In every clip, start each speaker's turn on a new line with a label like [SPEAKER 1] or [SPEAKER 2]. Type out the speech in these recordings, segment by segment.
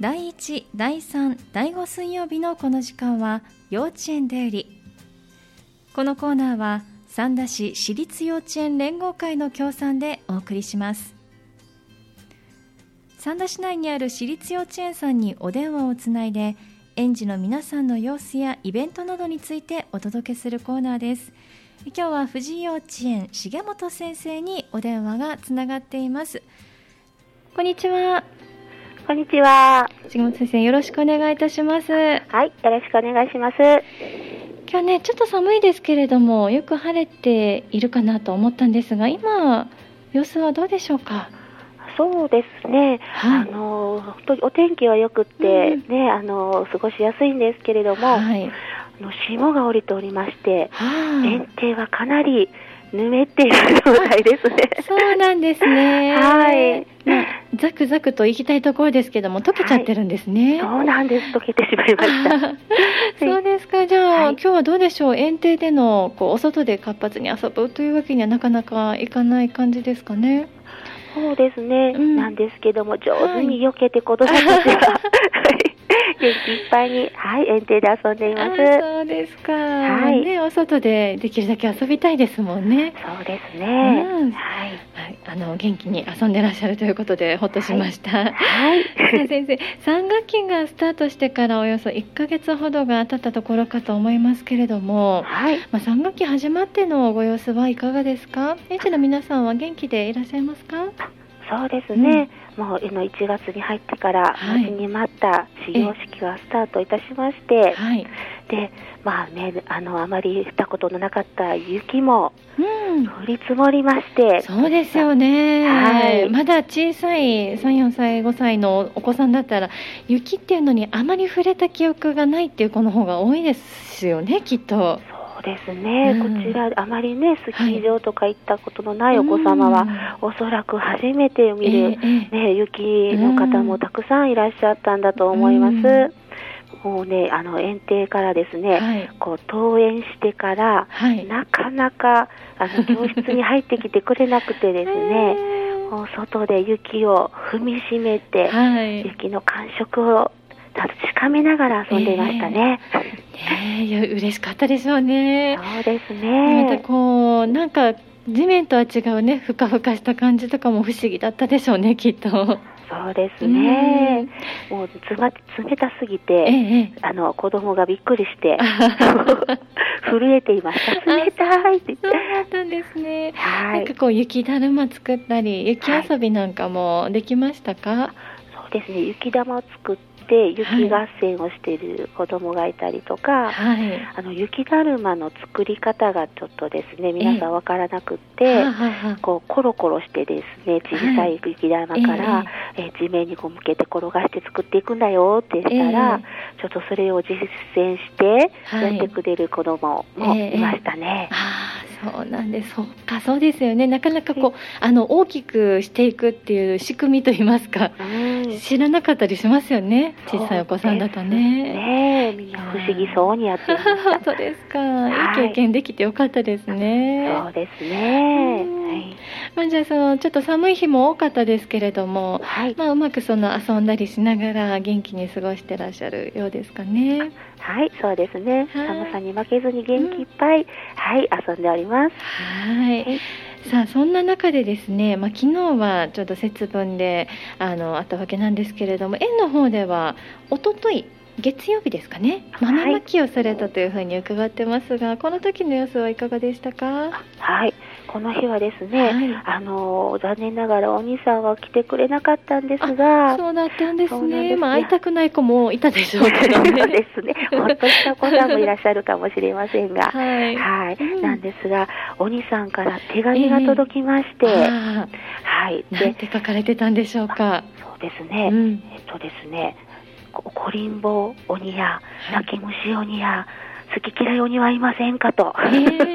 [SPEAKER 1] 第1、第3、第5水曜日のこの時間は幼稚園出入りこのコーナーは三田市私立幼稚園連合会の協賛でお送りします三田市内にある私立幼稚園さんにお電話をつないで園児の皆さんの様子やイベントなどについてお届けするコーナーです今日は藤井幼稚園重本先生にお電話がつながっていますこんにちは
[SPEAKER 2] こんにちは。
[SPEAKER 1] 重本先生よろしくお願いいたします
[SPEAKER 2] はい、よろしくお願いします。
[SPEAKER 1] 今日ねちょっと寒いですけれどもよく晴れているかなと思ったんですが今様子はどうでしょうか
[SPEAKER 2] そうですね。
[SPEAKER 1] は
[SPEAKER 2] あの本当にお天気は良くって、
[SPEAKER 1] うん
[SPEAKER 2] ねあの過ごしやすいんですけれども、
[SPEAKER 1] はい
[SPEAKER 2] あの霜が降りておりまして、園
[SPEAKER 1] は
[SPEAKER 2] 庭はかなりぬめっている状態ですね。
[SPEAKER 1] あ、そうなんですね
[SPEAKER 2] はい
[SPEAKER 1] まあ、ザクザクと行きたいところですけども溶けちゃってるんですね、
[SPEAKER 2] そうなんです。溶けてしまいました。
[SPEAKER 1] そうですかじゃあ、
[SPEAKER 2] はい
[SPEAKER 1] 今日はどうでしょう園庭でのこうお外で活発に遊ぶというわけにはなかなかいかない感じですかね
[SPEAKER 2] そうですね、
[SPEAKER 1] うん
[SPEAKER 2] なんですけども、上手に避けて子 供たちが、はい元気いっぱいに、はい、園庭で遊んでい
[SPEAKER 1] あ
[SPEAKER 2] ます。
[SPEAKER 1] そうですか、
[SPEAKER 2] はい
[SPEAKER 1] ねお外でできるだけ遊びたいですもんね
[SPEAKER 2] そうですね。
[SPEAKER 1] うん
[SPEAKER 2] はい。
[SPEAKER 1] はい、あの元気に遊んでらっしゃるということでほっとしました。
[SPEAKER 2] はい。
[SPEAKER 1] さあ先生、3学期がスタートしてからおよそ1ヶ月ほどが経ったところかと思いますけれども、
[SPEAKER 2] はい。
[SPEAKER 1] まあ、3学期始まってのご様子はいかがですか園児の皆さんは元気でいらっしゃいますか
[SPEAKER 2] そうですね、もうあの1月に入ってから
[SPEAKER 1] はい
[SPEAKER 2] 待ちに待った始業式がスタートいたしまして、
[SPEAKER 1] はい、
[SPEAKER 2] でまあねあのあまり降ったことのなかった雪も
[SPEAKER 1] うん、
[SPEAKER 2] 降り積もりまして、
[SPEAKER 1] そうですよね、
[SPEAKER 2] はい
[SPEAKER 1] まだ小さい34歳5歳のお子さんだったら雪っていうのにあまり触れた記憶がないっていう子の方が多いですよねきっと。
[SPEAKER 2] そうですね、
[SPEAKER 1] うん
[SPEAKER 2] こちらあまりねスキー場とか行ったことのないお子様
[SPEAKER 1] うん
[SPEAKER 2] は、おそらく初めて
[SPEAKER 1] え
[SPEAKER 2] 見る、
[SPEAKER 1] えええ
[SPEAKER 2] ね、雪の方もたくさんいらっしゃったんだと思います。もうねあの園庭からですね、
[SPEAKER 1] はい
[SPEAKER 2] こう登園してから、
[SPEAKER 1] はい。
[SPEAKER 2] なかなかあの教室に入ってきてくれなくてですね、
[SPEAKER 1] え
[SPEAKER 2] もう外で雪を踏みしめ
[SPEAKER 1] ー
[SPEAKER 2] て、
[SPEAKER 1] はい。ね
[SPEAKER 2] 雪の感触を確かめながら遊んでいましたね。
[SPEAKER 1] え、いや嬉しかったでしょうね。
[SPEAKER 2] そうです
[SPEAKER 1] また
[SPEAKER 2] ね。
[SPEAKER 1] こうなんか地面とは違うねふかふかした感じとかも不思議だったでしょうねきっと。
[SPEAKER 2] そうですね。もうつま冷たすぎ
[SPEAKER 1] え
[SPEAKER 2] て、
[SPEAKER 1] えええ。
[SPEAKER 2] あの子供がびっくりして
[SPEAKER 1] あはは
[SPEAKER 2] 震えていました。冷たいって言って
[SPEAKER 1] そうだったんですね。
[SPEAKER 2] は
[SPEAKER 1] なん
[SPEAKER 2] い
[SPEAKER 1] か。こう雪だるま作ったり雪遊びなんかもできましたか。
[SPEAKER 2] そうですね。雪玉を作って雪合戦をしている子供がいたりとか、
[SPEAKER 1] はい。
[SPEAKER 2] あの雪だるまの作り方がちょっとですね皆さんわからなくって、
[SPEAKER 1] はあはあはあ
[SPEAKER 2] こうコロコロしてですね小さい雪だるまから、えー地面にこう向けて転がして作っていくんだよってしたら、ちょっとそれを実践して
[SPEAKER 1] はい
[SPEAKER 2] やってくれる子供もいましたね。
[SPEAKER 1] ああそうなんですそうかそうですよねなかなかこうあの大きくしていくっていう仕組みといいますか
[SPEAKER 2] うん
[SPEAKER 1] 知らなかったりしますよね小さいお子さんだとね。
[SPEAKER 2] ねえみんな不思議そうにやっていました。
[SPEAKER 1] そうですか、
[SPEAKER 2] はい
[SPEAKER 1] いい経験できてよかったですね。
[SPEAKER 2] そうですね。はい
[SPEAKER 1] まあ、じゃあそのちょっと寒い日も多かったですけれども、
[SPEAKER 2] はい。
[SPEAKER 1] まあ、うまくその遊んだりしながら元気に過ごしてらっしゃるようですかね。
[SPEAKER 2] はい、そうですね。
[SPEAKER 1] はい
[SPEAKER 2] 寒さに負けずに元気いっぱい、はい、遊んでおります。
[SPEAKER 1] はい
[SPEAKER 2] はい
[SPEAKER 1] さあそんな中でですね、まあ、昨日はちょっと節分であのあったわけなんですけれども園の方では一昨日月曜日ですかね豆まきをされたというふうに伺ってますが、この時の様子はいかがでしたか、
[SPEAKER 2] はい、この日はですね、
[SPEAKER 1] はい
[SPEAKER 2] あの残念ながらお兄さんは来てくれなかったんですが、
[SPEAKER 1] そうだったんです
[SPEAKER 2] そうなん
[SPEAKER 1] ね
[SPEAKER 2] です
[SPEAKER 1] まあ、会いたくない子もいたでしょ うけど
[SPEAKER 2] そう
[SPEAKER 1] ね。
[SPEAKER 2] ですね、ほっとしたお子さんもいらっしゃるかもしれませんが、
[SPEAKER 1] はい
[SPEAKER 2] はい、
[SPEAKER 1] うん
[SPEAKER 2] なんですが、お兄さんから手紙が届きまして、
[SPEAKER 1] あ
[SPEAKER 2] はい、
[SPEAKER 1] あなん
[SPEAKER 2] で、
[SPEAKER 1] て書かれてたんでしょうか。
[SPEAKER 2] そうです
[SPEAKER 1] う
[SPEAKER 2] ね、
[SPEAKER 1] ん、
[SPEAKER 2] えっとですね、こ怒りんぼ鬼
[SPEAKER 1] は
[SPEAKER 2] や
[SPEAKER 1] い
[SPEAKER 2] 泣き虫鬼や好き嫌い鬼はいませんかと。
[SPEAKER 1] え ー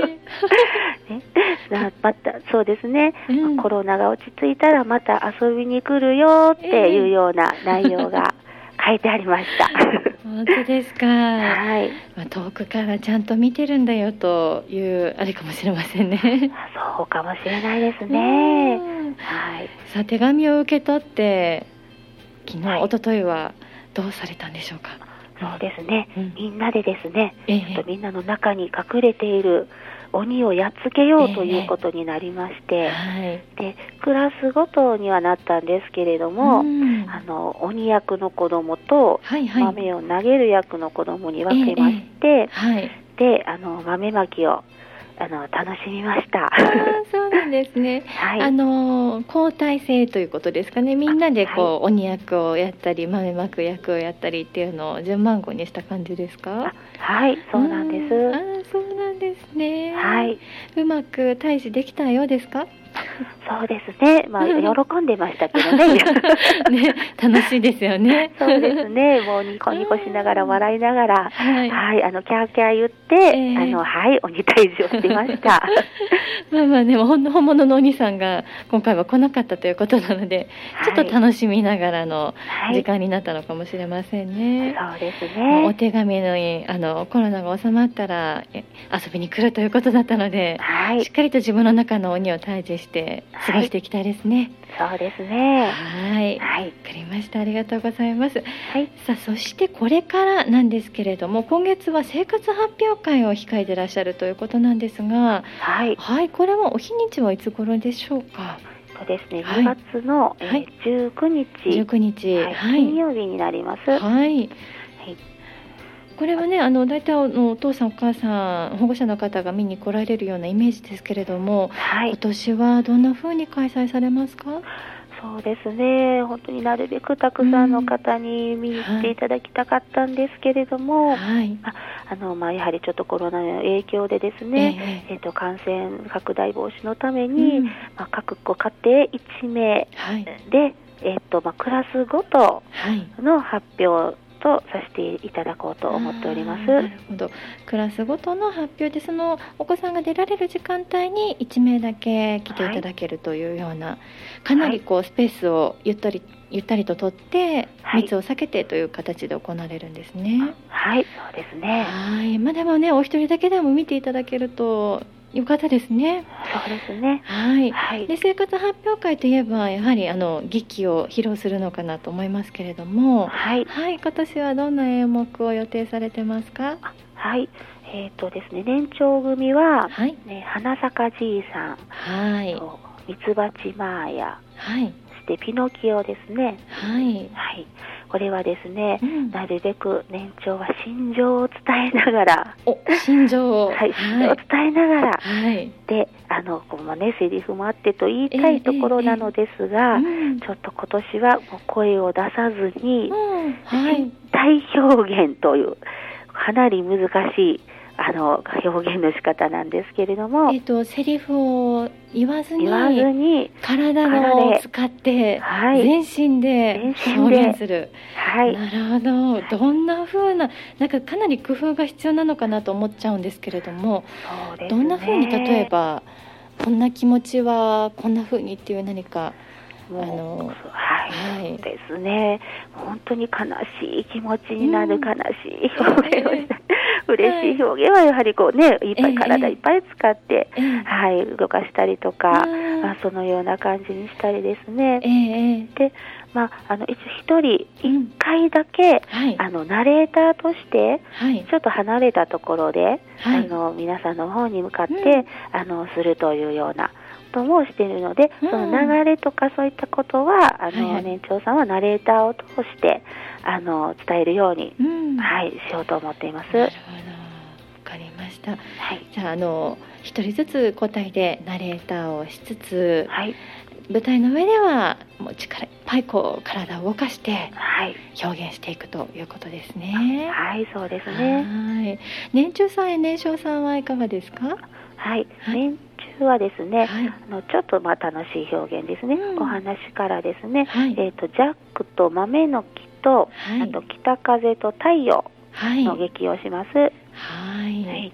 [SPEAKER 2] ね、なまたそうですね、
[SPEAKER 1] うん
[SPEAKER 2] コロナが落ち着いたらまた遊びに来るよっていうような内 容が書いてありました。
[SPEAKER 1] 本当ですか。
[SPEAKER 2] はい、
[SPEAKER 1] まあ、遠くからちゃんと見てるんだよというあれかもしれませんね。
[SPEAKER 2] そうかもしれないです ね。
[SPEAKER 1] うん
[SPEAKER 2] はい、
[SPEAKER 1] さあ手紙を受け取って昨日、
[SPEAKER 2] はい
[SPEAKER 1] 一昨日はどうされたんでしょうか。
[SPEAKER 2] そうですね、
[SPEAKER 1] うん
[SPEAKER 2] みんなでですね、
[SPEAKER 1] ええ
[SPEAKER 2] ちょっとみんなの中に隠れている鬼をやっつけようということになりまして、
[SPEAKER 1] はい。
[SPEAKER 2] でクラスごとにはなったんですけれども、
[SPEAKER 1] ん
[SPEAKER 2] あの鬼役の子供と
[SPEAKER 1] はいはい。
[SPEAKER 2] 豆を投げる役の子供に分けまして、
[SPEAKER 1] はい。
[SPEAKER 2] であの豆まきをあの楽しみま した。
[SPEAKER 1] あーそうなんですね。
[SPEAKER 2] はい、
[SPEAKER 1] あのー交代制ということですかね。みんなでこう、鬼役をやったり豆まく役をやったりっていうのを順番号にした感じですか
[SPEAKER 2] あ。はい、そうなんです。
[SPEAKER 1] ーあーそうなんですね。
[SPEAKER 2] はい。、
[SPEAKER 1] うまく対峙できたようですか。
[SPEAKER 2] そうですね。まあ、
[SPEAKER 1] うん
[SPEAKER 2] 喜んでましたけどね。
[SPEAKER 1] ね、楽しいですよね。
[SPEAKER 2] そうですね。もうニコニコしながら笑いながら、
[SPEAKER 1] はい。
[SPEAKER 2] はい、あのキャーキャー言っ
[SPEAKER 1] え
[SPEAKER 2] て、
[SPEAKER 1] え
[SPEAKER 2] あのはい鬼退治をして ました。
[SPEAKER 1] まあまあでもほんの本物のお兄さんが今回は来なかったということなので、ちょっと楽しみながらの
[SPEAKER 2] はい
[SPEAKER 1] 時間になったのかもしれませんね。
[SPEAKER 2] そうです
[SPEAKER 1] もうお
[SPEAKER 2] ね。
[SPEAKER 1] 手紙のにあのコロナが収まったらえ遊びに来るということだったので、
[SPEAKER 2] はい、
[SPEAKER 1] しっかりと自分の中の鬼を退治して過ごしていきたいですね。
[SPEAKER 2] そうです
[SPEAKER 1] はい、
[SPEAKER 2] ね。
[SPEAKER 1] わ
[SPEAKER 2] はい、
[SPEAKER 1] かりました。ありがとうございます。
[SPEAKER 2] はい、
[SPEAKER 1] さあそしてこれからなんですけれども、今月は生活発表会を控えてらっしゃるということなんですが、
[SPEAKER 2] はい、
[SPEAKER 1] はい、これはお日にちはいつ頃でしょうか。
[SPEAKER 2] そうですね。
[SPEAKER 1] はい
[SPEAKER 2] 2月の、えー
[SPEAKER 1] はい
[SPEAKER 2] 19
[SPEAKER 1] 19日、
[SPEAKER 2] 日、
[SPEAKER 1] は、
[SPEAKER 2] はいい、
[SPEAKER 1] は
[SPEAKER 2] 金
[SPEAKER 1] い、
[SPEAKER 2] 曜日になります。はい、
[SPEAKER 1] これはね、あの大体あのお父さんお母さん保護者の方が見に来られるようなイメージですけれども、
[SPEAKER 2] はい
[SPEAKER 1] 今、年はどんな風に開催されますか。
[SPEAKER 2] そうですね。本当になるべくたくさんの方に見に来ていただきたかったんですけれども、
[SPEAKER 1] はい、
[SPEAKER 2] あのまあやはりちょっとコロナの影響でですね。えっと感染拡大防止のため
[SPEAKER 1] え
[SPEAKER 2] に、
[SPEAKER 1] うん
[SPEAKER 2] まあ、各ご家庭1名
[SPEAKER 1] はい、
[SPEAKER 2] で、えっとまあ、クラスご
[SPEAKER 1] は
[SPEAKER 2] と
[SPEAKER 1] い。
[SPEAKER 2] の発表とさせていただこうと思っておりま
[SPEAKER 1] あ
[SPEAKER 2] す。
[SPEAKER 1] ーなるほど。クラスごとの発表で、そのお子さんが出られる時間帯に一名だけ来ていただけるというような、かなりこうスペースをゆったりゆったりと取って、
[SPEAKER 2] はい
[SPEAKER 1] 密を避けてという形で行われるんですね。
[SPEAKER 2] はい、そうですね。
[SPEAKER 1] はい。まあでもね、お一人だけでも見ていただけるとよかったですね。
[SPEAKER 2] そうですね。
[SPEAKER 1] はい。
[SPEAKER 2] はい。
[SPEAKER 1] で生活発表会といえばやはりあの劇を披露するのかなと思いますけれども、
[SPEAKER 2] はい。
[SPEAKER 1] はい、今年はどんな演目を予定されてますか。
[SPEAKER 2] はい。えっ、とですね、年長組は、
[SPEAKER 1] はい、
[SPEAKER 2] ね、花坂じいさん
[SPEAKER 1] はい、
[SPEAKER 2] と、ミツバチマーヤ、
[SPEAKER 1] はい、
[SPEAKER 2] そしてピノキオですね。
[SPEAKER 1] はい、
[SPEAKER 2] はい。これはですね
[SPEAKER 1] う、ん
[SPEAKER 2] なるべく年長は心情を伝えながら、
[SPEAKER 1] お、心情を、
[SPEAKER 2] はい、
[SPEAKER 1] は
[SPEAKER 2] 心情を
[SPEAKER 1] い、
[SPEAKER 2] 伝えながら、
[SPEAKER 1] はい、
[SPEAKER 2] で、あの、こうね、セリフもあってと言いたいところなのですが、
[SPEAKER 1] うん
[SPEAKER 2] ちょっと今年はもう声を出さずに、
[SPEAKER 1] うんはい、
[SPEAKER 2] 体表現という、かなり難しい、あの、表現の仕方なんですけれども
[SPEAKER 1] えっ、、とセリフを言わずに
[SPEAKER 2] 言わずに、
[SPEAKER 1] 体
[SPEAKER 2] 体
[SPEAKER 1] を
[SPEAKER 2] で
[SPEAKER 1] 使って、
[SPEAKER 2] はい、
[SPEAKER 1] 全身で
[SPEAKER 2] 全身で
[SPEAKER 1] 表現する。
[SPEAKER 2] はい、
[SPEAKER 1] なるほどどんな風ななんかかなり工夫が必要なのかなと思っちゃうんですけれども、
[SPEAKER 2] そうですね。
[SPEAKER 1] どんな風に例えばこんな気持ちはこんな風にっていう何か
[SPEAKER 2] もう
[SPEAKER 1] あの
[SPEAKER 2] そうはい、
[SPEAKER 1] はい
[SPEAKER 2] そうですね。本当に悲しい気持ちになる
[SPEAKER 1] うん
[SPEAKER 2] 悲しい表現をした、嬉しい表現はやはりこうね、いっぱ
[SPEAKER 1] ええ
[SPEAKER 2] い体いっぱい使って、
[SPEAKER 1] ええ
[SPEAKER 2] はい、動かしたりと
[SPEAKER 1] あ
[SPEAKER 2] か、
[SPEAKER 1] ー
[SPEAKER 2] まあ、そのような感じにしたりですね。
[SPEAKER 1] えええ
[SPEAKER 2] で、まあ、あの一応一
[SPEAKER 1] えう
[SPEAKER 2] 人一
[SPEAKER 1] ん
[SPEAKER 2] 回だけ、
[SPEAKER 1] はい
[SPEAKER 2] あのナレーターとして
[SPEAKER 1] はい
[SPEAKER 2] ちょっと離れたところで、
[SPEAKER 1] はい
[SPEAKER 2] あの皆さんの方に向かって、
[SPEAKER 1] うん
[SPEAKER 2] あのするというようなこともしているので、
[SPEAKER 1] うん
[SPEAKER 2] その流れとかそういったことはあの、
[SPEAKER 1] はいはい
[SPEAKER 2] 年長さんはナレーターを通してあの伝えるように、
[SPEAKER 1] うんな
[SPEAKER 2] はい、しようと思っています。
[SPEAKER 1] るほど
[SPEAKER 2] は
[SPEAKER 1] わ
[SPEAKER 2] い、
[SPEAKER 1] かりましたじゃああの一人ずつ交代でナレーターをしつつ
[SPEAKER 2] はい、
[SPEAKER 1] 舞台の上ではもう力いっぱいこう体を動かして
[SPEAKER 2] はい、
[SPEAKER 1] 表現していくということですね。
[SPEAKER 2] はい、そうですね。
[SPEAKER 1] はい。年中さんや年少さんはいかがですか。
[SPEAKER 2] はい、
[SPEAKER 1] はい
[SPEAKER 2] 年中はですね、
[SPEAKER 1] はい。
[SPEAKER 2] あのちょっとまあ楽しい表現ですね。
[SPEAKER 1] うん
[SPEAKER 2] お話からですね、
[SPEAKER 1] はい。
[SPEAKER 2] えっ、とジャックと豆の木と、
[SPEAKER 1] はい
[SPEAKER 2] あと北風と太陽
[SPEAKER 1] はい。
[SPEAKER 2] の劇をします。
[SPEAKER 1] はい。
[SPEAKER 2] はい。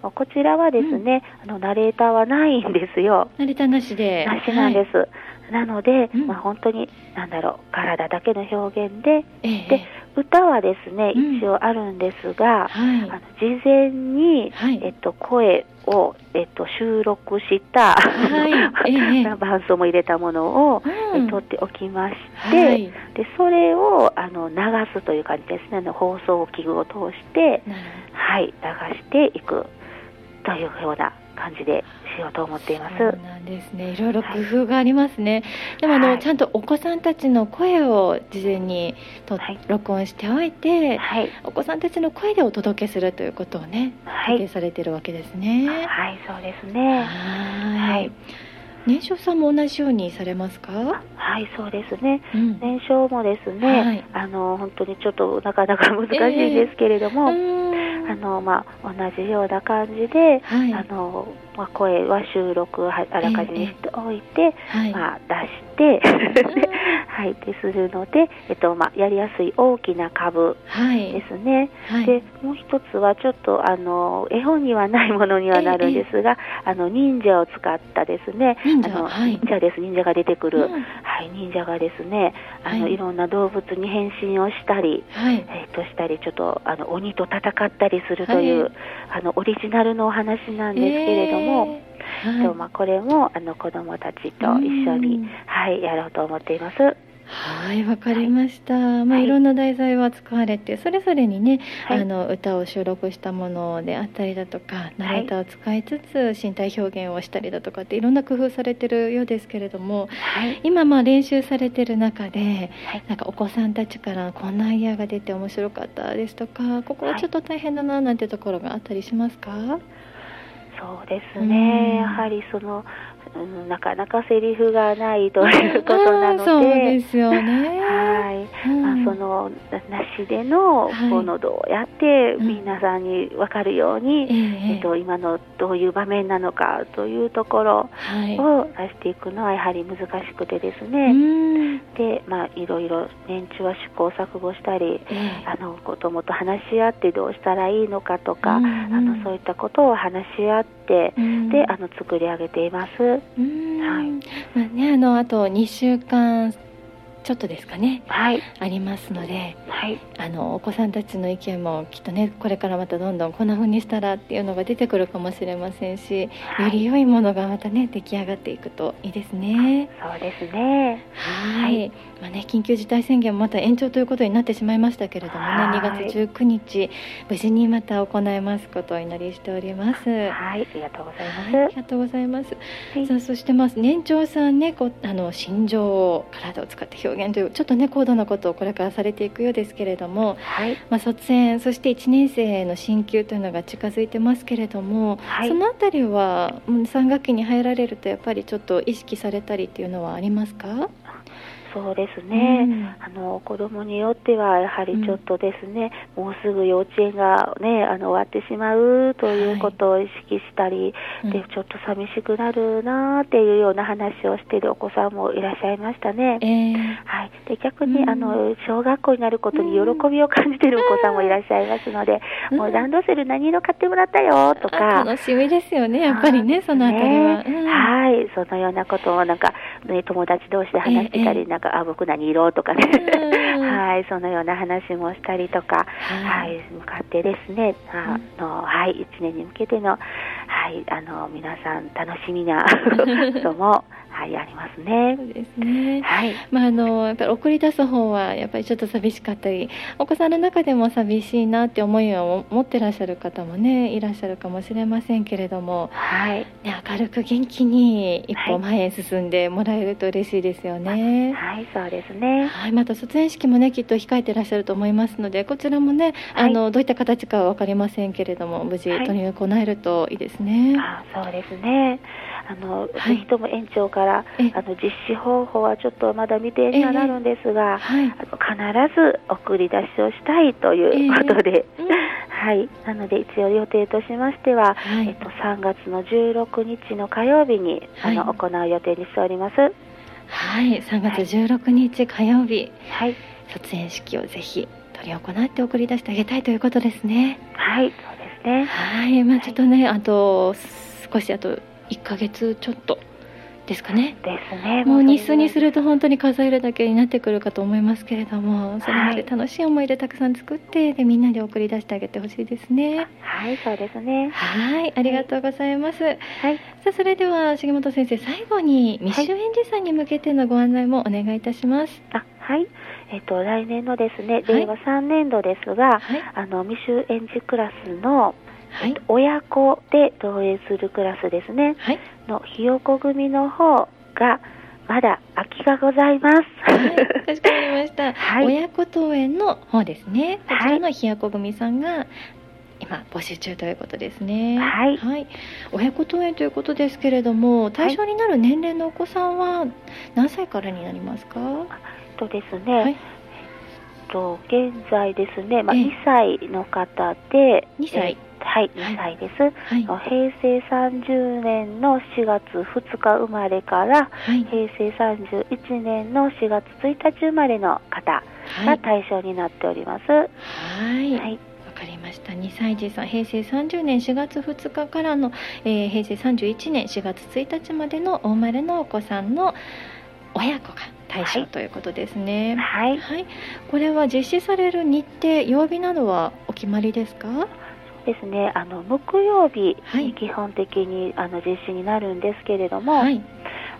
[SPEAKER 2] もうこちらはですね、あのナレーターはないんですよ。
[SPEAKER 1] 慣れたなしで。
[SPEAKER 2] なしなん
[SPEAKER 1] は
[SPEAKER 2] で
[SPEAKER 1] い
[SPEAKER 2] す。なので、
[SPEAKER 1] うん
[SPEAKER 2] まあ本当になんだろう体だけの表現で、
[SPEAKER 1] ええ
[SPEAKER 2] で歌はですね
[SPEAKER 1] うん
[SPEAKER 2] 一応あるんです
[SPEAKER 1] は
[SPEAKER 2] が、
[SPEAKER 1] い。
[SPEAKER 2] あの事前に、
[SPEAKER 1] はい
[SPEAKER 2] えっと声をえっと収録した、
[SPEAKER 1] はいええ
[SPEAKER 2] 伴奏も入れたものを
[SPEAKER 1] うんうん
[SPEAKER 2] え取っておきまして、
[SPEAKER 1] はい
[SPEAKER 2] でそれをあの流すという感じですねあの放送器具を通して、
[SPEAKER 1] なる
[SPEAKER 2] はい、流していくというような感じでしようと思っていま
[SPEAKER 1] ほ
[SPEAKER 2] す。
[SPEAKER 1] どそうなんですねいろいろ工夫がありますね、でもあの、
[SPEAKER 2] はい
[SPEAKER 1] ちゃんとお子さんたちの声を事前にと、
[SPEAKER 2] はい
[SPEAKER 1] 録音しておいて
[SPEAKER 2] はい、
[SPEAKER 1] お子さんたちの声でお届けするということをね
[SPEAKER 2] は
[SPEAKER 1] 予定
[SPEAKER 2] い、
[SPEAKER 1] されてるわけですね。
[SPEAKER 2] はい、そうですね。
[SPEAKER 1] は
[SPEAKER 2] はいい。
[SPEAKER 1] 年少さんも同じようにされますか？
[SPEAKER 2] はい、そうですね。
[SPEAKER 1] うん
[SPEAKER 2] 年少もですね、
[SPEAKER 1] はい
[SPEAKER 2] あの本当にちょっとなかなか難しいですけれど
[SPEAKER 1] う
[SPEAKER 2] も、
[SPEAKER 1] ん
[SPEAKER 2] あのまあ同じような感じで、
[SPEAKER 1] はい
[SPEAKER 2] あのまあ声は収録はあらかじめしておいて、
[SPEAKER 1] はい。
[SPEAKER 2] まあ出 して、はいでするので、えっとまあやりやすい大きな株
[SPEAKER 1] は
[SPEAKER 2] で
[SPEAKER 1] い。
[SPEAKER 2] すね。
[SPEAKER 1] はい。
[SPEAKER 2] でもう一つはちょっとあの絵本にはないものにはなるんですが、あの忍者を使ったですね、
[SPEAKER 1] 忍者
[SPEAKER 2] あの
[SPEAKER 1] はい
[SPEAKER 2] 忍者です忍者が出てくる、
[SPEAKER 1] うん
[SPEAKER 2] はい忍者がですねあの、
[SPEAKER 1] はい
[SPEAKER 2] い、ろんな動物に変身をしたり。
[SPEAKER 1] はい。
[SPEAKER 2] えっとしたりちょっとあの鬼と戦ったりするという、
[SPEAKER 1] は
[SPEAKER 2] あのオリジナルのお話なんですけれども、
[SPEAKER 1] えー、は
[SPEAKER 2] えっと
[SPEAKER 1] い。
[SPEAKER 2] まあ、これもあの子どもたちと一緒
[SPEAKER 1] うん
[SPEAKER 2] に、はい、やろうと思っています。は
[SPEAKER 1] はい、わかりました。まあ、
[SPEAKER 2] はい
[SPEAKER 1] いろんな題材は使われて、それぞれにね、
[SPEAKER 2] はい
[SPEAKER 1] あの歌を収録したものであったりだとか、ナレーターを使いつつ、身体表現をしたりだとかって、いろんな工夫されてるようですけれども。
[SPEAKER 2] い、
[SPEAKER 1] 今まあ練習されてる中で、
[SPEAKER 2] はい
[SPEAKER 1] なんかお子さんたちからこんなアイデアが出て面白かったですとかここはちょっと大変だななんてところがあったりしますか、
[SPEAKER 2] そうです
[SPEAKER 1] うん
[SPEAKER 2] ね、やはりその、うん、なかなかセリフがないということな
[SPEAKER 1] うん
[SPEAKER 2] ので、
[SPEAKER 1] そうですよね。
[SPEAKER 2] はい、
[SPEAKER 1] うん
[SPEAKER 2] まあ、そのなしでの
[SPEAKER 1] はい
[SPEAKER 2] ものをどうやって
[SPEAKER 1] うん
[SPEAKER 2] 皆さんに分かるように、
[SPEAKER 1] ええ
[SPEAKER 2] えっと、今のどういう場面なのかというところ
[SPEAKER 1] はい、
[SPEAKER 2] を出していくのはやはり難しくてです
[SPEAKER 1] う
[SPEAKER 2] ね、
[SPEAKER 1] ん
[SPEAKER 2] で、まあ、いろいろ年中は試行錯誤したり
[SPEAKER 1] ええ
[SPEAKER 2] あの子供と話し合ってどうしたらいいのかとか、
[SPEAKER 1] うん
[SPEAKER 2] あのそういったことを話し合って、
[SPEAKER 1] うん
[SPEAKER 2] であの作り上げています。
[SPEAKER 1] うん
[SPEAKER 2] はい
[SPEAKER 1] まあねあのあと2週間ちょっとですかね
[SPEAKER 2] はい、
[SPEAKER 1] ありますので
[SPEAKER 2] はい、
[SPEAKER 1] あのお子さんたちの意見もきっとねこれからまたどんどんこんな風にしたらっていうのが出てくるかもしれませんし、
[SPEAKER 2] はい
[SPEAKER 1] より良いものがまたね出来上がっていくといいですね。
[SPEAKER 2] そうですね。
[SPEAKER 1] はいい、まあね緊急事態宣言もまた延長ということになってしまいましたけれどもね、
[SPEAKER 2] はい
[SPEAKER 1] 2月19日無事にまた行いますことをお祈りしております。はい
[SPEAKER 2] はい、ありがとうございま
[SPEAKER 1] ありがとうございます。
[SPEAKER 2] す。
[SPEAKER 1] さあそしてまあ年長さんねこうあの心情を体を使って表現というちょっとね高度なことをこれからされていくようですけれども、
[SPEAKER 2] はい、
[SPEAKER 1] まあ、卒園そして1年生への進級というのが近づいてますけれども、
[SPEAKER 2] はい
[SPEAKER 1] そのあたりはうん3学期に入られるとやっぱりちょっと意識されたりっていうのはありますか、
[SPEAKER 2] そうです
[SPEAKER 1] う
[SPEAKER 2] ね。
[SPEAKER 1] ん
[SPEAKER 2] あの子供によってはやはりちょっとですね、もうすぐ幼稚園がねあの終わってしまうということを意識したり、
[SPEAKER 1] うん
[SPEAKER 2] でちょっと寂しくなるなーっていうような話をしているお子さんもいらっしゃいましたね。
[SPEAKER 1] え
[SPEAKER 2] はい、で逆に、
[SPEAKER 1] うん
[SPEAKER 2] あの小学校になることに喜びを感じているお子さんもいらっしゃいますので、
[SPEAKER 1] うん
[SPEAKER 2] もうランドセル何色買ってもらったよと
[SPEAKER 1] ー、
[SPEAKER 2] か、
[SPEAKER 1] 楽しみですよねやっぱりねそのあたりは。
[SPEAKER 2] ね
[SPEAKER 1] うん
[SPEAKER 2] はい、そのようなことをなんか、ね、友達同士で話してたり、
[SPEAKER 1] ええ
[SPEAKER 2] なんか、あ、僕何色とかね、
[SPEAKER 1] うん
[SPEAKER 2] はい、そのような話もしたりとか、
[SPEAKER 1] は
[SPEAKER 2] はいい、向かってですね、あの、はい、一年に向けての、はい、あの、皆さん楽し みなことも、はい、ありますね
[SPEAKER 1] そ。うですね
[SPEAKER 2] はい、
[SPEAKER 1] まあ、あのやっぱり送り出す方はやっぱりちょっと寂しかったりお子さんの中でも寂しいなって思いを持ってらっしゃる方もねいらっしゃるかもしれませんけれども、
[SPEAKER 2] はい、
[SPEAKER 1] ね、明るく元気に一歩
[SPEAKER 2] はい
[SPEAKER 1] 前へ進んでもらえると嬉しいですよね。
[SPEAKER 2] はい、そうですね。
[SPEAKER 1] はい、また卒園式もねきっと控えてらっしゃると思いますのでこちらもね、
[SPEAKER 2] は
[SPEAKER 1] あ
[SPEAKER 2] い
[SPEAKER 1] のどういった形かは分かりませんけれども無事
[SPEAKER 2] はい
[SPEAKER 1] 取り行えるといいですね。
[SPEAKER 2] あそうですね。あの、
[SPEAKER 1] はい
[SPEAKER 2] ぜひとも園長から、
[SPEAKER 1] え
[SPEAKER 2] あの、実施方法はちょっとまだ未定にはなるんですが、
[SPEAKER 1] はい、
[SPEAKER 2] あの必ず送り出しをしたいということ
[SPEAKER 1] え
[SPEAKER 2] で、
[SPEAKER 1] えうん
[SPEAKER 2] はい、なので一応予定としましては、
[SPEAKER 1] はい
[SPEAKER 2] えっと、3月の16日の火曜日に、
[SPEAKER 1] はい
[SPEAKER 2] あの行う予定にしております。は
[SPEAKER 1] はい、3月16日火曜日、
[SPEAKER 2] い、
[SPEAKER 1] 卒園式をぜひ取り行って送り出してあげたいということですね。
[SPEAKER 2] はい、そうですね。
[SPEAKER 1] はい、まあちょっとね、あと少しあと1ヶ月ちょっとですかね。
[SPEAKER 2] ですね。
[SPEAKER 1] もう
[SPEAKER 2] それ
[SPEAKER 1] 日数にすると本当に数えるだけになってくるかと思いますけれどもそれまで楽しい思い出たくさん作ってでみんなで送り出してあげてほしいですね。
[SPEAKER 2] はい、そうですね。
[SPEAKER 1] はいありがとうございます、
[SPEAKER 2] はい。
[SPEAKER 1] さあそれでは重本先生最後に未就園児さんに向けてのご案内もお願いいたします。
[SPEAKER 2] あ、はい。えっ、と、来年のですね、
[SPEAKER 1] はい
[SPEAKER 2] 令和3年度ですが、
[SPEAKER 1] はい、
[SPEAKER 2] あの、未就園児クラスの、
[SPEAKER 1] は
[SPEAKER 2] えっ
[SPEAKER 1] い
[SPEAKER 2] と、親子で同園するクラスですね、
[SPEAKER 1] はい、
[SPEAKER 2] のひよこ組の方が、まだ空きがございます。
[SPEAKER 1] はい、かしこまりました。
[SPEAKER 2] はい
[SPEAKER 1] 親子登園の方ですね。こ
[SPEAKER 2] は
[SPEAKER 1] ち
[SPEAKER 2] い
[SPEAKER 1] らのひやこ組さんが今募集中ということですね。
[SPEAKER 2] はい
[SPEAKER 1] 親子登園ということですけれども、対象になる年齢のお子さんは何歳からになりますか？
[SPEAKER 2] えっとですね、
[SPEAKER 1] はい
[SPEAKER 2] えっと現在ですね、まあ、
[SPEAKER 1] ええ
[SPEAKER 2] 2歳の方で、
[SPEAKER 1] 二歳
[SPEAKER 2] えーはい、2歳です。
[SPEAKER 1] はい
[SPEAKER 2] あの平成30年の4月2日生まれから、
[SPEAKER 1] はい
[SPEAKER 2] 平成31年の4月1日生まれの方
[SPEAKER 1] は
[SPEAKER 2] が
[SPEAKER 1] い
[SPEAKER 2] 対象になっております。
[SPEAKER 1] はい。
[SPEAKER 2] はい、
[SPEAKER 1] わかりました2歳児さん平成30年4月2日からの、えー平成31年4月1日までのお生まれのお子さんの親子が対象
[SPEAKER 2] はい
[SPEAKER 1] ということですね。
[SPEAKER 2] はい、
[SPEAKER 1] はい、これは実施される日程、曜日などはお決まりですか？
[SPEAKER 2] ですね。あの木曜日
[SPEAKER 1] はい
[SPEAKER 2] に基本的に、あの実施になるんですけれども、
[SPEAKER 1] はい、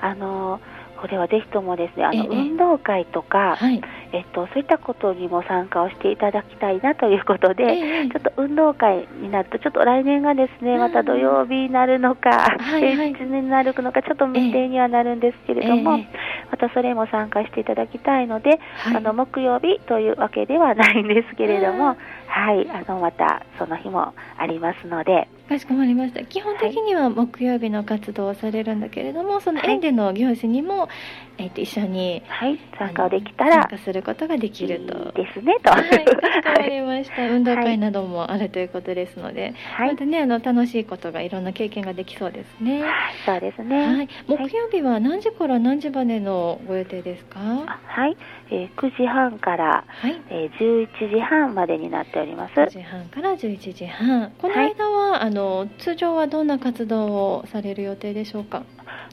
[SPEAKER 2] あのこれはぜひともですね、あの
[SPEAKER 1] ええ
[SPEAKER 2] 運動会とか、
[SPEAKER 1] はい、
[SPEAKER 2] えっとそういったことにも参加をしていただきたいなということで、
[SPEAKER 1] ええ
[SPEAKER 2] ちょっと運動会になると、ちょっと来年がです
[SPEAKER 1] う
[SPEAKER 2] ね、
[SPEAKER 1] ん
[SPEAKER 2] また土曜日になるのか、
[SPEAKER 1] はいはい
[SPEAKER 2] 平日になるのか、ちょっと未定にはなるんですけれども、
[SPEAKER 1] ええ
[SPEAKER 2] またそれも参加していただきたいので、
[SPEAKER 1] はい
[SPEAKER 2] あの木曜日というわけではないんですけれど
[SPEAKER 1] うん
[SPEAKER 2] も、はい、あのまたその日もありますので、
[SPEAKER 1] かしこまりました。基本的には木曜日の活動をされるんだけれども、その園での行事にも、えっと一緒に
[SPEAKER 2] はい、参加をできた
[SPEAKER 1] あの
[SPEAKER 2] ら
[SPEAKER 1] 参加することができ
[SPEAKER 2] いいで
[SPEAKER 1] ると。
[SPEAKER 2] すねと。
[SPEAKER 1] はい、 かしこま
[SPEAKER 2] はい
[SPEAKER 1] りました。運動会などもあるということですので、
[SPEAKER 2] は
[SPEAKER 1] ま
[SPEAKER 2] い、
[SPEAKER 1] たねあの楽しいことがいろんな経験ができそうですね。
[SPEAKER 2] はいそうですね。
[SPEAKER 1] はい、木曜日は何時から何時までのご予定ですか？
[SPEAKER 2] あはい、えー9時半から、
[SPEAKER 1] はい。
[SPEAKER 2] えー11時半までになっております。
[SPEAKER 1] 9時半から11時半この間は、あの通常はどんな活動をされる予定でしょうか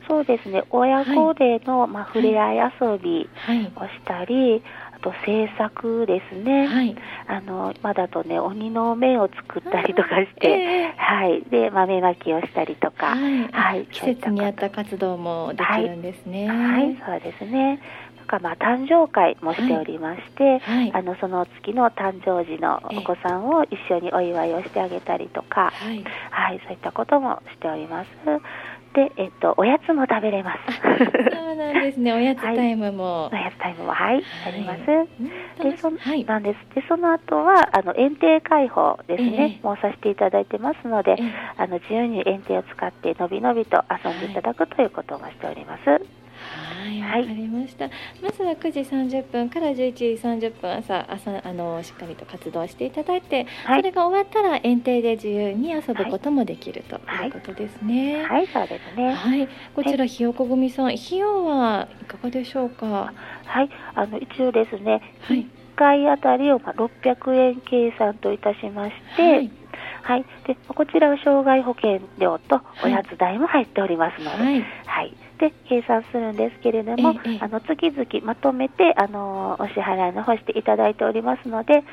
[SPEAKER 2] そうですね、親子での、まあ、
[SPEAKER 1] い
[SPEAKER 2] 触れ合い遊び
[SPEAKER 1] はい
[SPEAKER 2] をしたり、あと制作ですね、
[SPEAKER 1] はい
[SPEAKER 2] あのまだとね、鬼の面を作ったりとかし
[SPEAKER 1] え
[SPEAKER 2] て、
[SPEAKER 1] え
[SPEAKER 2] はい、で豆まきをしたりとか、
[SPEAKER 1] はい、
[SPEAKER 2] はい
[SPEAKER 1] 季節に合った活動もできるんですね
[SPEAKER 2] はい、そうですね。とかまあ誕生会もしておりまして、
[SPEAKER 1] はい
[SPEAKER 2] あのその月の誕生時のお子さんを一緒にお祝いをしてあげたりと
[SPEAKER 1] は
[SPEAKER 2] か、
[SPEAKER 1] い
[SPEAKER 2] はい、そういったこともしております。で、えっと、おやつも食べれ ます。
[SPEAKER 1] そうなんですねおやつタイムも、
[SPEAKER 2] おやつタイムも、はい、
[SPEAKER 1] は
[SPEAKER 2] あ
[SPEAKER 1] い
[SPEAKER 2] ります。
[SPEAKER 1] うん
[SPEAKER 2] でその
[SPEAKER 1] はい
[SPEAKER 2] なんです。で、その後は、あの、園庭開放ですね、
[SPEAKER 1] ええ
[SPEAKER 2] もうさせていただいてますので
[SPEAKER 1] え、え
[SPEAKER 2] あの、自由に園庭を使って、のびのびと遊んでいただくということもしております。
[SPEAKER 1] はい、
[SPEAKER 2] はい
[SPEAKER 1] わかりました。まずは9時30分から11時30分朝朝あのしっかりと活動していただいて、
[SPEAKER 2] はい
[SPEAKER 1] それが終わったら園庭で自由に遊ぶこともできると
[SPEAKER 2] はい
[SPEAKER 1] いうことですね。
[SPEAKER 2] はい、そうです
[SPEAKER 1] は
[SPEAKER 2] ね。
[SPEAKER 1] いこちらひよこ組さん、費用はいかがでしょうか。
[SPEAKER 2] はい、あの、一応ですね、
[SPEAKER 1] はい
[SPEAKER 2] 1回あたりを、まあ、600円計算といたしまして、
[SPEAKER 1] はい
[SPEAKER 2] はい、でこちらは障害保険料とおやつ代も入っておりますので、
[SPEAKER 1] は
[SPEAKER 2] はい
[SPEAKER 1] い
[SPEAKER 2] で計算するんですけれども、
[SPEAKER 1] ええ
[SPEAKER 2] あの月々まとめてあのお支払いの方していただいておりますので、
[SPEAKER 1] はい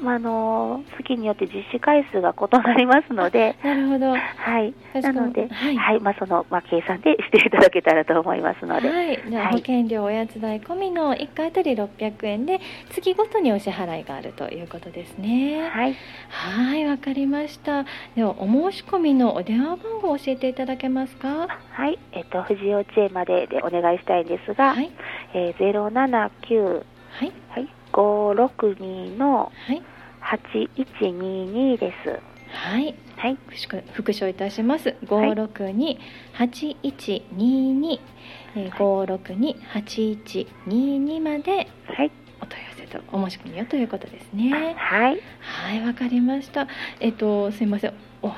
[SPEAKER 2] まあ、あの月によって実施回数が異なりますので、
[SPEAKER 1] なるほど。
[SPEAKER 2] はい、
[SPEAKER 1] 確かに
[SPEAKER 2] なので、
[SPEAKER 1] はい
[SPEAKER 2] はいまあ、その、まあ、計算でしていただけたらと思いますので、
[SPEAKER 1] はい、じゃあ
[SPEAKER 2] はい
[SPEAKER 1] 保険料おやつ代込みの1回あたり600円で月ごとにお支払いがあるということですね。
[SPEAKER 2] はい、
[SPEAKER 1] はい、わかりました。では、お申し込みのお電話番号を教えていただけますか。
[SPEAKER 2] はいえっと、藤井幼稚園まででお願いしたいんですが、
[SPEAKER 1] はい、
[SPEAKER 2] えー、079、
[SPEAKER 1] はい、
[SPEAKER 2] はい、562の
[SPEAKER 1] はい、
[SPEAKER 2] 8122です。
[SPEAKER 1] はい、
[SPEAKER 2] はい。
[SPEAKER 1] 復唱復唱いたします。
[SPEAKER 2] は
[SPEAKER 1] 五
[SPEAKER 2] い
[SPEAKER 1] 六二八一二二、五六二八一二二まで
[SPEAKER 2] はい。
[SPEAKER 1] お問い合わせとお申し込みをということですね。
[SPEAKER 2] はい。
[SPEAKER 1] はい、わかりました。えっと、すいません。お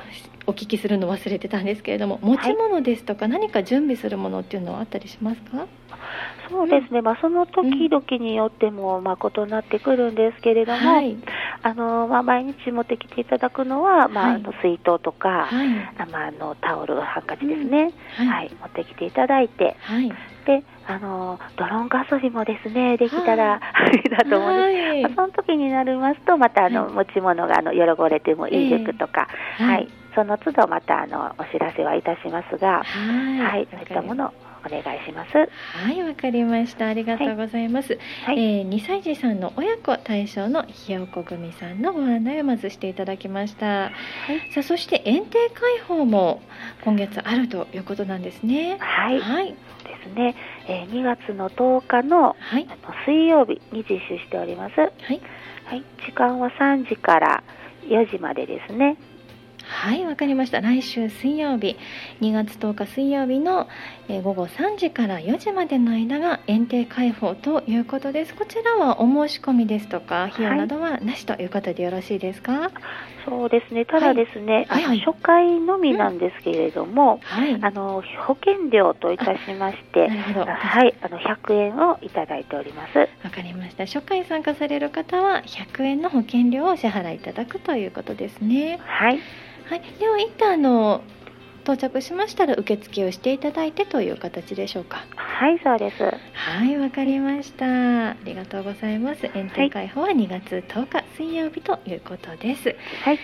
[SPEAKER 1] お聞きするの忘れてたんですけれども、持ち物ですとか何か準備するものっていうのはあったりしますか？
[SPEAKER 2] そうですね。まあ、その時々によっても、まあ、異なってくるんですけれども、
[SPEAKER 1] はい、
[SPEAKER 2] あのまあ、毎日持ってきていただくのは、まあ、
[SPEAKER 1] はい
[SPEAKER 2] あの水筒とか、
[SPEAKER 1] はい
[SPEAKER 2] あまあ、あのタオル、ハンカチですね、
[SPEAKER 1] うんは
[SPEAKER 2] はいい、持ってきていただいて、
[SPEAKER 1] はい
[SPEAKER 2] であのドローン遊びもですねできたら、 だと思うんです
[SPEAKER 1] はい
[SPEAKER 2] まあその時になりますとまたあの、
[SPEAKER 1] はい
[SPEAKER 2] 持ち物があの汚れてもいい塾とか、
[SPEAKER 1] ええ
[SPEAKER 2] はい
[SPEAKER 1] はい
[SPEAKER 2] その都度またあのお知らせはいたします
[SPEAKER 1] は
[SPEAKER 2] が、
[SPEAKER 1] い
[SPEAKER 2] はい、そうい
[SPEAKER 1] わ
[SPEAKER 2] っ
[SPEAKER 1] か
[SPEAKER 2] た
[SPEAKER 1] り
[SPEAKER 2] も
[SPEAKER 1] ま
[SPEAKER 2] のをお願いします。
[SPEAKER 1] はいわかりましたありがとうございます、
[SPEAKER 2] はい
[SPEAKER 1] えー、2歳児さんの親子対象のひよこ組さんのご案内をまずしていただきました、
[SPEAKER 2] はい
[SPEAKER 1] さあそして園庭開放も今月あるということなんですね
[SPEAKER 2] はい、
[SPEAKER 1] はい
[SPEAKER 2] ですね、えー2月の10日の
[SPEAKER 1] はい
[SPEAKER 2] あの水曜日に実施しております。は
[SPEAKER 1] はい
[SPEAKER 2] い、時間は3時から4時までですね。
[SPEAKER 1] はいわかりました来週水曜日2月10日水曜日のえー午後3時から4時までの間が園庭開放ということですこちらはお申し込みですとか費用などはなしということでよろしいですか
[SPEAKER 2] そうですね。ただです
[SPEAKER 1] はい
[SPEAKER 2] ね、あの
[SPEAKER 1] はいはい
[SPEAKER 2] 初回のみなんですけれども、
[SPEAKER 1] はい
[SPEAKER 2] あの保険料といたしまして
[SPEAKER 1] な、るほど
[SPEAKER 2] はい、あの100円をいただいております。
[SPEAKER 1] わかりました初回参加される方は100円の保険料をお支払いいただくということですね
[SPEAKER 2] はい、
[SPEAKER 1] はい、では一旦あの到着しましたら受付をしていただいてという形でしょうか
[SPEAKER 2] はい、そうです。
[SPEAKER 1] はいわかりましたありがとうございます園庭開放は2月10日水曜日ということです、
[SPEAKER 2] はい、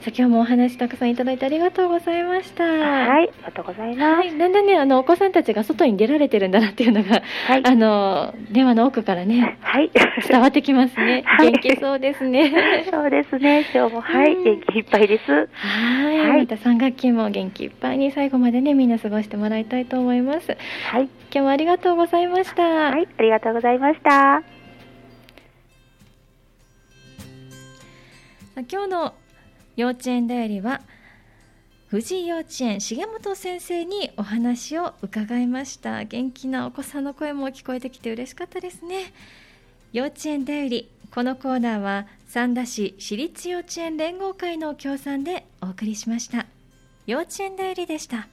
[SPEAKER 1] さあ今日もお話たくさんいただいてありがとうございました
[SPEAKER 2] はいい、ありがとうございま
[SPEAKER 1] は
[SPEAKER 2] す。
[SPEAKER 1] い、だんだんねあのお子さんたちが外に出られてるんだなっていうのが、
[SPEAKER 2] はい、
[SPEAKER 1] あの電話の奥からね
[SPEAKER 2] はい、
[SPEAKER 1] 伝わってきますね、
[SPEAKER 2] はい
[SPEAKER 1] 元気そうですね
[SPEAKER 2] そうですね。今日もはい、
[SPEAKER 1] うん
[SPEAKER 2] 元気いっぱいです。
[SPEAKER 1] はい、
[SPEAKER 2] はい
[SPEAKER 1] また3学期も元気いっぱいに最後までねみんな過ごしてもらいたいと思います
[SPEAKER 2] はい、
[SPEAKER 1] 今日もありがとうございました、
[SPEAKER 2] はい、ありがとうございました。
[SPEAKER 1] さあ今日の幼稚園だよりは藤井幼稚園重本先生にお話を伺いました元気なお子さんの声も聞こえてきて嬉しかったですね幼稚園だよりこのコーナーは三田市私立幼稚園連合会の協賛でお送りしました幼稚園だよりでした